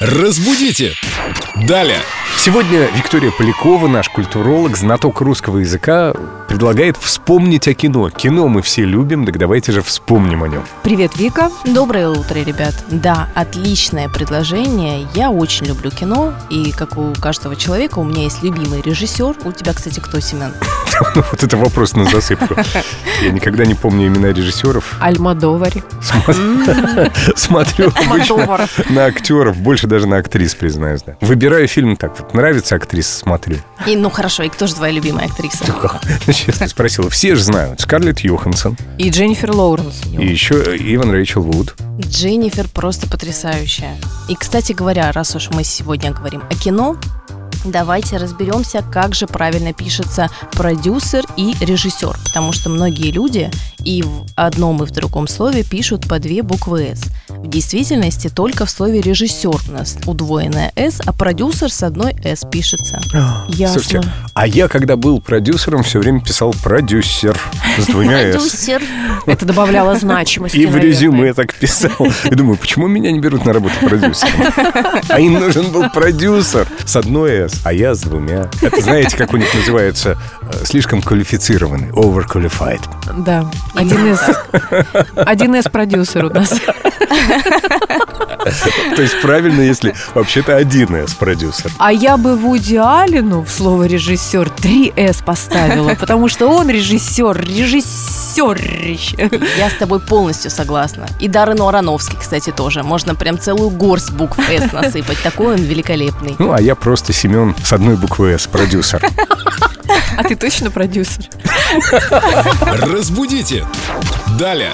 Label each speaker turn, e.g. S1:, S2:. S1: Разбудите! Далее!
S2: Сегодня Виктория Полякова, наш культуролог, знаток русского языка, предлагает вспомнить о кино. Кино мы все любим, так давайте же вспомним о нем.
S3: Привет, Вика.
S4: Доброе утро, ребят. Да, отличное предложение. Я очень люблю кино, и как у каждого человека, у меня есть любимый режиссер. У тебя, кстати, кто, Семен?
S2: Ну, вот это вопрос на засыпку. Я никогда не помню имена режиссеров.
S3: Альмадовари.
S2: Сма- Смотрю обычно на актеров, больше даже на актрис, признаюсь. да. Выбираю фильм так вот. Нравится актриса, смотрю. Ну,
S4: И, ну хорошо, и кто же твоя любимая актриса?
S2: Честно спросила. Все же знают. Скарлетт Йоханссон.
S3: И Дженнифер Лоуренс.
S2: И еще Иван Рэйчел Вуд.
S4: Дженнифер просто потрясающая. И, кстати говоря, раз уж мы сегодня говорим о кино, давайте разберемся, как же правильно пишется продюсер и режиссер, потому что многие люди и в одном и в другом слове пишут по две буквы «с». В действительности только в слове «режиссер» у нас удвоенная «с», а продюсер с одной «с» пишется.
S3: Ясно.
S2: Слушайте, а я, когда был продюсером, все время писал продюсер с двумя «с».
S4: Продюсер.
S3: Это добавляло значимости.
S2: И в
S3: наверное.
S2: резюме так писал. И думаю, почему меня не берут на работу продюсером? А им нужен был продюсер с одной «с», а я с двумя. Это знаете, как у них называется? э, Слишком квалифицированный, overqualified.
S3: Да. Один из... Один из продюсер у нас.
S2: То есть правильно, если вообще-то один «с» продюсер.
S3: А я бы Вуди Алину в слово режиссер 3С поставила, потому что он режиссер, режиссер.
S4: Я с тобой полностью согласна. И Даррену Ароновский, кстати, тоже. Можно прям целую горсть букв «С» насыпать. Такой он великолепный.
S2: Ну, а я просто Семен с одной буквы «с» продюсер.
S3: А ты точно продюсер?
S1: Разбудите! Далее!